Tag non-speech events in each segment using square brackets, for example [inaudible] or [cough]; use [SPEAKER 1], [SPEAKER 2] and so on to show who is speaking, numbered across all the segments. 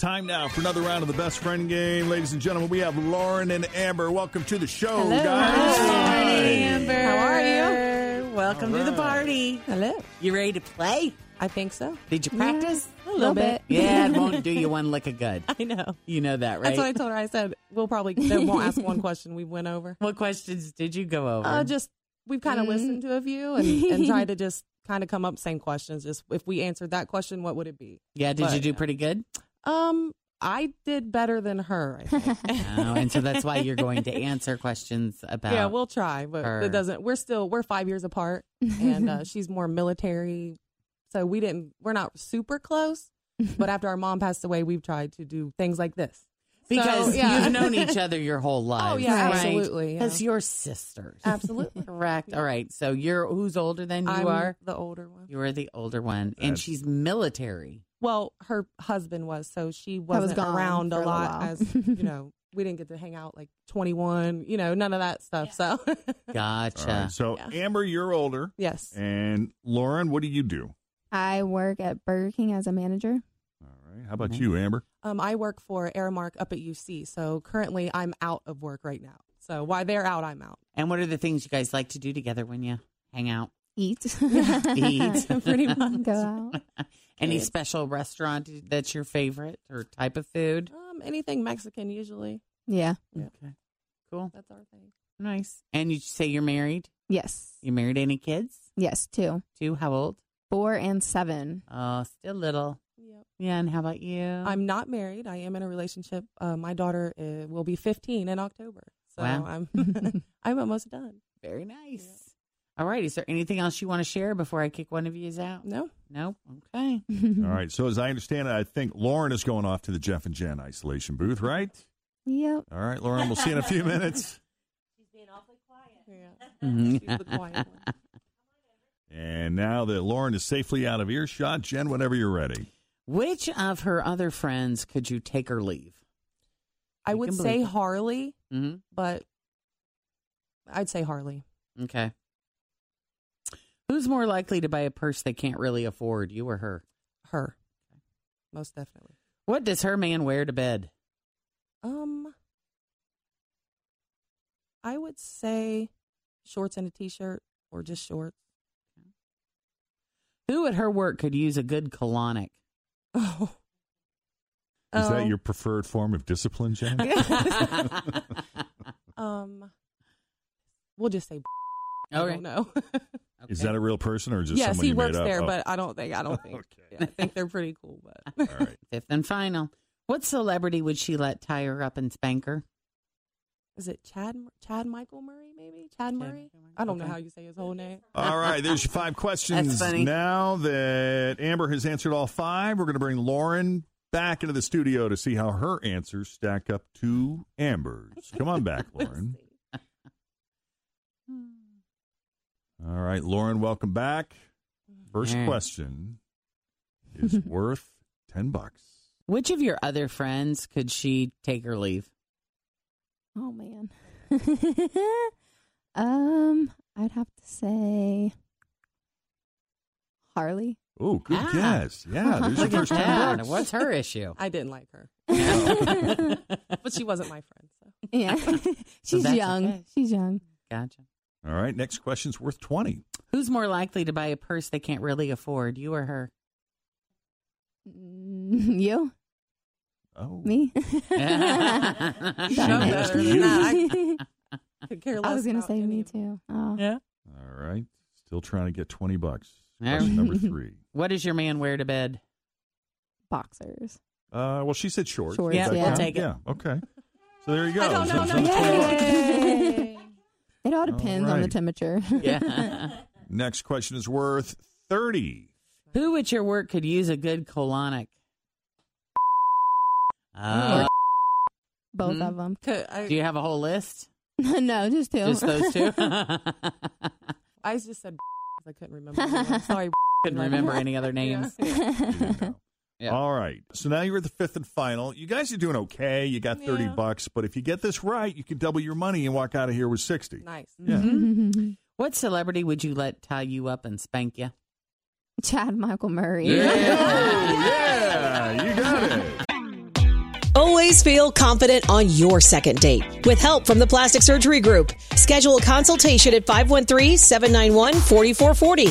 [SPEAKER 1] Time now for another round of the best friend game, ladies and gentlemen. We have Lauren and Amber. Welcome to the show, guys.
[SPEAKER 2] How are you? Welcome to the
[SPEAKER 1] All right.
[SPEAKER 2] party.
[SPEAKER 3] Hello.
[SPEAKER 2] You ready to play?
[SPEAKER 3] I think so.
[SPEAKER 2] Did you practice?
[SPEAKER 3] A little, bit.
[SPEAKER 2] Yeah,
[SPEAKER 3] [laughs]
[SPEAKER 2] it won't do you one lick of good.
[SPEAKER 3] I know.
[SPEAKER 2] You know that, right?
[SPEAKER 3] That's what I told her. I said we'll
[SPEAKER 2] [laughs]
[SPEAKER 3] probably they won't ask one question we went over.
[SPEAKER 2] what questions did you go over? Mm-hmm.
[SPEAKER 3] Uh, just we've kind of listened to a few and, and tried to just kind of come up same questions. Just if we answered that question, what would it be?
[SPEAKER 2] yeah, did you
[SPEAKER 3] but-
[SPEAKER 2] do pretty good?
[SPEAKER 3] Um, I did better than her. I think.
[SPEAKER 2] [laughs] Oh, and so that's why you're going to answer questions
[SPEAKER 3] [laughs]
[SPEAKER 2] about.
[SPEAKER 3] yeah, we'll try, but
[SPEAKER 2] her.
[SPEAKER 3] it doesn't. We're still we're five years
[SPEAKER 2] [laughs]
[SPEAKER 3] apart, and uh, she's more military, so we didn't. We're not super close. But after our mom passed away, we've tried to do things like this.
[SPEAKER 2] because
[SPEAKER 3] So, yeah.
[SPEAKER 2] you've
[SPEAKER 3] [laughs]
[SPEAKER 2] known each other your whole life.
[SPEAKER 3] Oh, yeah,
[SPEAKER 2] right?
[SPEAKER 3] absolutely, yeah.
[SPEAKER 2] As your sisters. [laughs]
[SPEAKER 3] Absolutely.
[SPEAKER 2] Correct. All right. So you're who's older than you
[SPEAKER 3] I'm
[SPEAKER 2] are?
[SPEAKER 3] the older one.
[SPEAKER 2] You are the older one, and she's military.
[SPEAKER 3] Well, her husband was, so she
[SPEAKER 4] was
[SPEAKER 3] wasn't
[SPEAKER 4] gone
[SPEAKER 3] around a
[SPEAKER 4] for a little
[SPEAKER 3] lot.
[SPEAKER 4] while.
[SPEAKER 3] As you
[SPEAKER 4] [laughs]
[SPEAKER 3] know, we didn't get to hang out like 21, you know, none of that stuff. So, [laughs]
[SPEAKER 1] All
[SPEAKER 2] Gotcha.
[SPEAKER 1] right, so, Amber, you're older.
[SPEAKER 3] yes,
[SPEAKER 1] And Lauren, what do you do?
[SPEAKER 4] I work at Burger King as a manager.
[SPEAKER 1] All right. How about you, Amber?
[SPEAKER 3] um, I work for Aramark up at UC. So currently, I'm out of work right now. So while they're out, I'm out.
[SPEAKER 2] And what are the things you guys like to do together when you
[SPEAKER 3] [laughs]
[SPEAKER 2] hang out?
[SPEAKER 4] Eat.
[SPEAKER 2] Eat.
[SPEAKER 3] Pretty much.
[SPEAKER 4] Go
[SPEAKER 2] [laughs]
[SPEAKER 4] out.
[SPEAKER 2] Any
[SPEAKER 3] Good.
[SPEAKER 2] special restaurant that's your favorite or type of food?
[SPEAKER 3] Um, anything Mexican usually.
[SPEAKER 4] Yeah.
[SPEAKER 2] Okay. Cool.
[SPEAKER 3] That's our thing.
[SPEAKER 2] Nice. And you say you're married?
[SPEAKER 4] Yes.
[SPEAKER 2] You married any kids?
[SPEAKER 4] Yes, two.
[SPEAKER 2] Two? How old?
[SPEAKER 4] Four and seven.
[SPEAKER 2] Oh, still little.
[SPEAKER 3] Yep.
[SPEAKER 2] Yeah. And how about you?
[SPEAKER 3] I'm not married. I am in a relationship. Uh, my daughter uh, will be 15 in October. So
[SPEAKER 2] Wow.
[SPEAKER 3] I'm [laughs] I'm almost done.
[SPEAKER 2] very nice. All right. Is there anything else you want to share before I kick one of you out?
[SPEAKER 3] No,
[SPEAKER 2] Nope. Okay.
[SPEAKER 1] All right. So, as I understand it, I think Lauren is going off to the Jeff and Jen isolation booth, right?
[SPEAKER 4] Yep.
[SPEAKER 1] All right, Lauren, we'll see you in a
[SPEAKER 3] [laughs]
[SPEAKER 1] few minutes.
[SPEAKER 2] Mm-hmm.
[SPEAKER 3] she's the
[SPEAKER 2] [laughs]
[SPEAKER 3] quiet one.
[SPEAKER 1] And now that Lauren is safely out of earshot, Jen, whenever you're ready.
[SPEAKER 2] Which of her other friends could you take or leave?
[SPEAKER 3] I
[SPEAKER 2] You
[SPEAKER 3] would
[SPEAKER 2] can
[SPEAKER 3] say
[SPEAKER 2] believe it.
[SPEAKER 3] Harley,
[SPEAKER 2] Mm-hmm.
[SPEAKER 3] but I'd say Harley.
[SPEAKER 2] Okay. Who's more likely to buy a purse they can't really afford, you or her?
[SPEAKER 3] Her. Most definitely.
[SPEAKER 2] What does her man wear to bed?
[SPEAKER 3] Um I would say shorts and a t shirt or just shorts. [laughs]
[SPEAKER 2] Who at her work could use a good colonic? [laughs]
[SPEAKER 3] Oh.
[SPEAKER 1] Is that your preferred form of discipline, Jen?
[SPEAKER 3] [laughs]
[SPEAKER 2] [laughs]
[SPEAKER 3] um we'll just say I
[SPEAKER 2] Okay.
[SPEAKER 3] don't know.
[SPEAKER 1] Is that a real person
[SPEAKER 3] [laughs]
[SPEAKER 1] or just
[SPEAKER 3] yes,
[SPEAKER 1] somebody
[SPEAKER 3] he
[SPEAKER 1] you made
[SPEAKER 3] works
[SPEAKER 1] up?
[SPEAKER 3] there,
[SPEAKER 1] Oh.
[SPEAKER 3] but I don't think I don't
[SPEAKER 1] [laughs]
[SPEAKER 3] think
[SPEAKER 1] Okay.
[SPEAKER 3] yeah, I think they're pretty cool,
[SPEAKER 1] [laughs]
[SPEAKER 3] but
[SPEAKER 1] All right.
[SPEAKER 2] Fifth and final. What celebrity would she let tie her up and spank her?
[SPEAKER 3] [laughs] is it Chad Chad Michael Murray maybe? Chad Murray? I don't know how you say his whole name.
[SPEAKER 1] All
[SPEAKER 2] [laughs]
[SPEAKER 1] right, there's your five questions.
[SPEAKER 2] funny.
[SPEAKER 1] Now that Amber has answered all five, we're going to bring Lauren back into the studio to see how her answers stack up to
[SPEAKER 2] [laughs]
[SPEAKER 1] Amber's. Come on back, Lauren. All right, Lauren, welcome back. First
[SPEAKER 2] Yeah.
[SPEAKER 1] question
[SPEAKER 2] [laughs]
[SPEAKER 1] is worth 10 bucks.
[SPEAKER 2] Which of your other friends could she take or leave?
[SPEAKER 4] Oh man. um, I'd have to say Harley.
[SPEAKER 1] Oh, good
[SPEAKER 2] Ah.
[SPEAKER 1] guess. Yeah,
[SPEAKER 2] [laughs]
[SPEAKER 1] there's your first 10
[SPEAKER 2] Yeah,
[SPEAKER 1] bucks.
[SPEAKER 2] what's her issue?
[SPEAKER 3] I didn't like her, [laughs] but she wasn't my friend.
[SPEAKER 2] [laughs]
[SPEAKER 3] So.
[SPEAKER 4] Yeah. She's
[SPEAKER 2] that's
[SPEAKER 4] young.
[SPEAKER 2] okay.
[SPEAKER 4] She's young.
[SPEAKER 2] Gotcha.
[SPEAKER 1] All right, next question's worth 20.
[SPEAKER 2] Who's more likely to buy a purse they
[SPEAKER 3] [laughs]
[SPEAKER 2] can't really afford, you or her?
[SPEAKER 4] Mm, You?
[SPEAKER 1] Oh,
[SPEAKER 4] Me?
[SPEAKER 2] Show
[SPEAKER 1] better
[SPEAKER 2] better
[SPEAKER 1] than
[SPEAKER 2] than
[SPEAKER 1] that.
[SPEAKER 2] that.
[SPEAKER 3] Could care
[SPEAKER 4] I was
[SPEAKER 3] less
[SPEAKER 4] gonna
[SPEAKER 3] about
[SPEAKER 4] say
[SPEAKER 3] any
[SPEAKER 4] me
[SPEAKER 3] of it.
[SPEAKER 4] too. Oh.
[SPEAKER 2] Yeah.
[SPEAKER 1] All right. Still trying to get 20 bucks.
[SPEAKER 2] There.
[SPEAKER 1] Question number three.
[SPEAKER 2] [laughs] What does your man wear to bed?
[SPEAKER 4] Boxers.
[SPEAKER 1] Uh, well, she said shorts.
[SPEAKER 4] Shorts,
[SPEAKER 1] Does that
[SPEAKER 2] yeah. We'll
[SPEAKER 1] count?
[SPEAKER 2] take it.
[SPEAKER 1] Yeah. Okay. So there you go.
[SPEAKER 3] I don't
[SPEAKER 1] So
[SPEAKER 3] know,
[SPEAKER 1] it's
[SPEAKER 3] no,
[SPEAKER 1] 20 bucks.
[SPEAKER 4] Yay. It all
[SPEAKER 1] All
[SPEAKER 4] depends on the
[SPEAKER 1] right.
[SPEAKER 4] temperature.
[SPEAKER 2] Yeah.
[SPEAKER 1] Next question is worth 30.
[SPEAKER 2] [laughs] Who at your work could use a good colonic?
[SPEAKER 3] Hmm.
[SPEAKER 2] Uh,
[SPEAKER 4] [laughs] Both
[SPEAKER 2] Mhm.
[SPEAKER 4] of
[SPEAKER 5] Mm-hmm.
[SPEAKER 4] them.
[SPEAKER 3] [laughs] Could- I,
[SPEAKER 2] do you have a whole list?
[SPEAKER 4] [laughs] no, just two.
[SPEAKER 2] Just
[SPEAKER 4] [laughs]
[SPEAKER 2] those two?
[SPEAKER 3] [laughs]
[SPEAKER 2] [laughs]
[SPEAKER 3] I just said 'cause I couldn't remember. the other one. Sorry. [laughs]
[SPEAKER 2] Couldn't remember any other [laughs] names.
[SPEAKER 1] [laughs] You didn't know.
[SPEAKER 2] Yeah.
[SPEAKER 1] All right. So now you're at the fifth and final. You guys are doing okay. You got 30
[SPEAKER 3] Yeah.
[SPEAKER 1] bucks, but if you get this right, you can double your money and walk out of here with 60.
[SPEAKER 3] Nice.
[SPEAKER 1] Yeah.
[SPEAKER 3] Mm-hmm.
[SPEAKER 5] Mm-hmm.
[SPEAKER 2] What celebrity would you let tie you up and spank you?
[SPEAKER 4] Chad Michael Murray.
[SPEAKER 1] Oh,
[SPEAKER 4] [laughs]
[SPEAKER 1] yeah. You got it.
[SPEAKER 6] Always feel confident on your second date. With help from the Plastic Surgery Group, schedule a consultation at 513-791-4440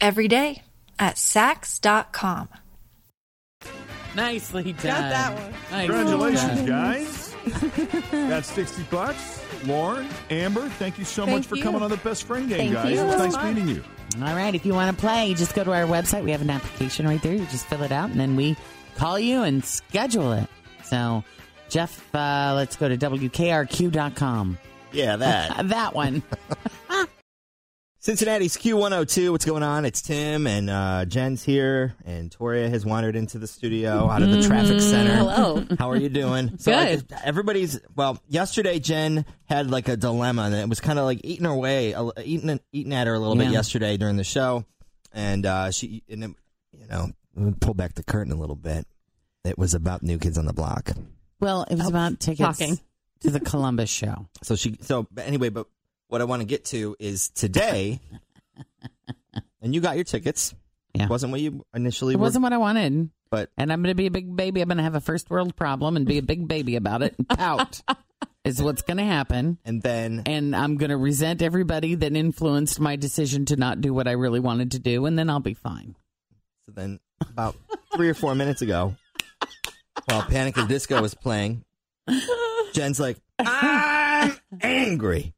[SPEAKER 7] every day at Sax.com.
[SPEAKER 2] Nicely done.
[SPEAKER 3] Got that one.
[SPEAKER 2] Nicely
[SPEAKER 1] Congratulations,
[SPEAKER 2] done.
[SPEAKER 1] guys. Got 60 bucks. Lauren, Amber, thank you so
[SPEAKER 3] Thank
[SPEAKER 1] much for
[SPEAKER 3] you.
[SPEAKER 1] coming on the Best Friend Game,
[SPEAKER 4] Thank
[SPEAKER 1] guys.
[SPEAKER 4] you.
[SPEAKER 1] It was
[SPEAKER 4] That
[SPEAKER 1] nice
[SPEAKER 4] was
[SPEAKER 3] fun.
[SPEAKER 1] meeting you.
[SPEAKER 2] All right. If you want to play, just go to our website. We have an application right there. You just fill it out, and then we call you and schedule it. So, Jeff, uh, let's go to WKRQ.com.
[SPEAKER 8] Yeah, that.
[SPEAKER 2] Uh, [laughs] that one.
[SPEAKER 8] Cincinnati's Q102. What's going on? It's Tim and uh, Jen's here, and Toria has wandered into the studio out of the traffic center.
[SPEAKER 2] Hello.
[SPEAKER 8] How are you doing? So I
[SPEAKER 2] Good.
[SPEAKER 8] just- everybody's well. Yesterday, Jen had like a dilemma, and it was kind of like eating her way, a- eating eating at her a little
[SPEAKER 2] Yeah.
[SPEAKER 8] bit yesterday during the show, and uh, she and it, you know pull back the curtain a little bit. It was about New Kids on the Block.
[SPEAKER 2] [laughs] Well, it was about tickets
[SPEAKER 3] Oh, Talking.
[SPEAKER 2] to the Columbus show.
[SPEAKER 8] So she so but anyway, but what I want to get to is today. and you got your tickets.
[SPEAKER 2] Yeah.
[SPEAKER 8] Wasn't what you initially
[SPEAKER 2] It
[SPEAKER 8] were,
[SPEAKER 2] wasn't what I wanted.
[SPEAKER 8] but
[SPEAKER 2] And I'm going to be a big baby. I'm going to have a first world problem and be a big baby about [laughs] it and pout is what's going to happen.
[SPEAKER 8] and then
[SPEAKER 2] And I'm going to resent everybody that influenced my decision to not do what I really wanted to do. And then I'll be fine.
[SPEAKER 8] so then about 3 or 4 minutes ago while Panic at the Disco was playing, Jen's like, "I'm angry."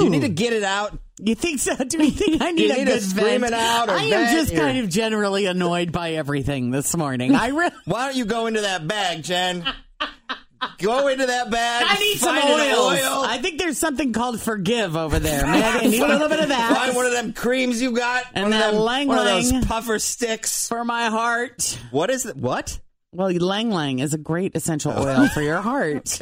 [SPEAKER 8] You need to get it out.
[SPEAKER 2] You think so? Do you think [laughs] I need,
[SPEAKER 8] You
[SPEAKER 2] a
[SPEAKER 8] need to
[SPEAKER 2] good
[SPEAKER 8] scream
[SPEAKER 2] vent?
[SPEAKER 8] it out or
[SPEAKER 2] I am
[SPEAKER 8] vent
[SPEAKER 2] just
[SPEAKER 8] your-
[SPEAKER 2] kind of generally annoyed by everything this morning. I re-
[SPEAKER 8] Why don't you go into that bag, Jen? Go into that bag.
[SPEAKER 2] [laughs] I need some
[SPEAKER 8] find
[SPEAKER 2] oils.
[SPEAKER 8] an oil.
[SPEAKER 2] I think there's something called forgive over [laughs] there. Man, I need a little bit of that.
[SPEAKER 8] [laughs] Find one of them creams you got,
[SPEAKER 2] And
[SPEAKER 8] one,
[SPEAKER 2] that
[SPEAKER 8] of them,
[SPEAKER 2] Lang
[SPEAKER 8] one of
[SPEAKER 2] Lang.
[SPEAKER 8] those puffer sticks.
[SPEAKER 2] for my heart.
[SPEAKER 8] What is it? What?
[SPEAKER 2] Well, Lang Lang is a great essential
[SPEAKER 8] Oh.
[SPEAKER 2] oil for
[SPEAKER 8] [laughs]
[SPEAKER 2] your heart.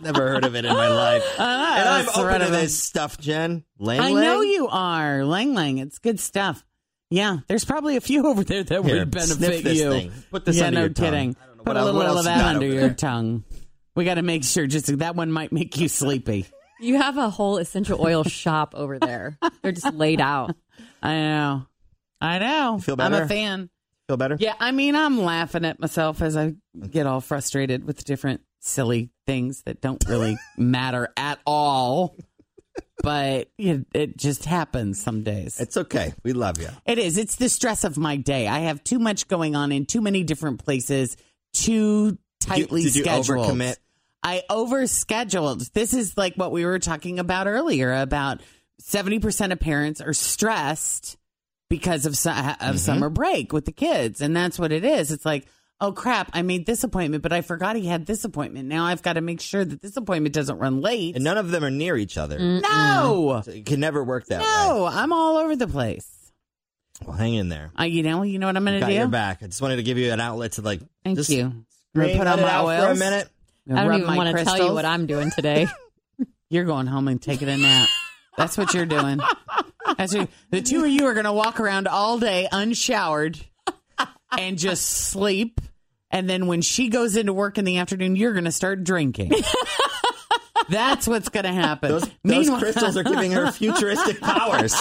[SPEAKER 8] Never heard of it in
[SPEAKER 2] [laughs]
[SPEAKER 8] my life. and I'm
[SPEAKER 2] Ah, that's
[SPEAKER 8] open
[SPEAKER 2] right
[SPEAKER 8] to
[SPEAKER 2] of it.
[SPEAKER 8] this stuff, Jen. Lang
[SPEAKER 2] I
[SPEAKER 8] Lang?
[SPEAKER 2] know you are. Lang Lang, it's good stuff. Yeah, there's probably a few [laughs] over there that
[SPEAKER 8] Here,
[SPEAKER 2] would benefit
[SPEAKER 8] sniff this
[SPEAKER 2] you.
[SPEAKER 8] thing. Put this
[SPEAKER 2] yeah,
[SPEAKER 8] under
[SPEAKER 2] no
[SPEAKER 8] your tongue.
[SPEAKER 2] kidding.
[SPEAKER 8] I don't know
[SPEAKER 2] Put
[SPEAKER 8] what
[SPEAKER 2] a
[SPEAKER 8] else-
[SPEAKER 2] little
[SPEAKER 8] what
[SPEAKER 2] of
[SPEAKER 8] else
[SPEAKER 2] that
[SPEAKER 8] you got
[SPEAKER 2] under
[SPEAKER 8] over [laughs]
[SPEAKER 2] your
[SPEAKER 8] there?
[SPEAKER 2] tongue. We got to make sure. Just that one might make you sleepy.
[SPEAKER 5] You have a whole essential oil shop over there. They're just laid out.
[SPEAKER 2] I know. I know.
[SPEAKER 8] Feel
[SPEAKER 2] I'm a
[SPEAKER 8] better?
[SPEAKER 2] fan.
[SPEAKER 8] Feel better?
[SPEAKER 2] Yeah, I mean, I'm laughing at myself as I get all frustrated with different silly things that don't
[SPEAKER 8] [laughs]
[SPEAKER 2] really matter at all. But it, it just happens some days.
[SPEAKER 8] It's okay. We love you.
[SPEAKER 2] It is. It's the stress of my day. I have too much going on in too many different places, too tightly
[SPEAKER 8] did you
[SPEAKER 2] scheduled.
[SPEAKER 8] overcommit?
[SPEAKER 2] I overscheduled. This is like what we were talking about earlier about 70% of parents are stressed because of su- of
[SPEAKER 8] Mm-hmm.
[SPEAKER 2] summer break with the kids and that's what it is. It's like, "Oh crap, I made this appointment, but I forgot he had this appointment. Now I've got to make sure that this appointment doesn't run late."
[SPEAKER 8] And none of them are near each other. Mm-hmm.
[SPEAKER 2] no.
[SPEAKER 8] So it can never work that
[SPEAKER 2] No, I'm all over the place.
[SPEAKER 8] way. Well, hang in there.
[SPEAKER 2] I, you know, you know what I'm going to
[SPEAKER 8] Got
[SPEAKER 2] do.
[SPEAKER 8] your back. I just wanted to give you an outlet to like.
[SPEAKER 2] Thank
[SPEAKER 8] just
[SPEAKER 2] you. I'm gonna
[SPEAKER 8] Put on
[SPEAKER 2] my
[SPEAKER 8] out for a
[SPEAKER 2] oils.
[SPEAKER 8] minute.
[SPEAKER 5] I don't
[SPEAKER 2] Rub
[SPEAKER 5] even
[SPEAKER 2] my
[SPEAKER 5] want to tell you
[SPEAKER 2] crystals.
[SPEAKER 5] what I'm doing today.
[SPEAKER 2] You're going home and taking a nap. That's what you're doing. That's what, the two of you are going to walk around all day unshowered, and just sleep. And then when she goes into work in the afternoon, you're going to
[SPEAKER 8] [laughs]
[SPEAKER 2] start drinking. That's what's going to happen.
[SPEAKER 8] Those, those crystals are giving her futuristic powers.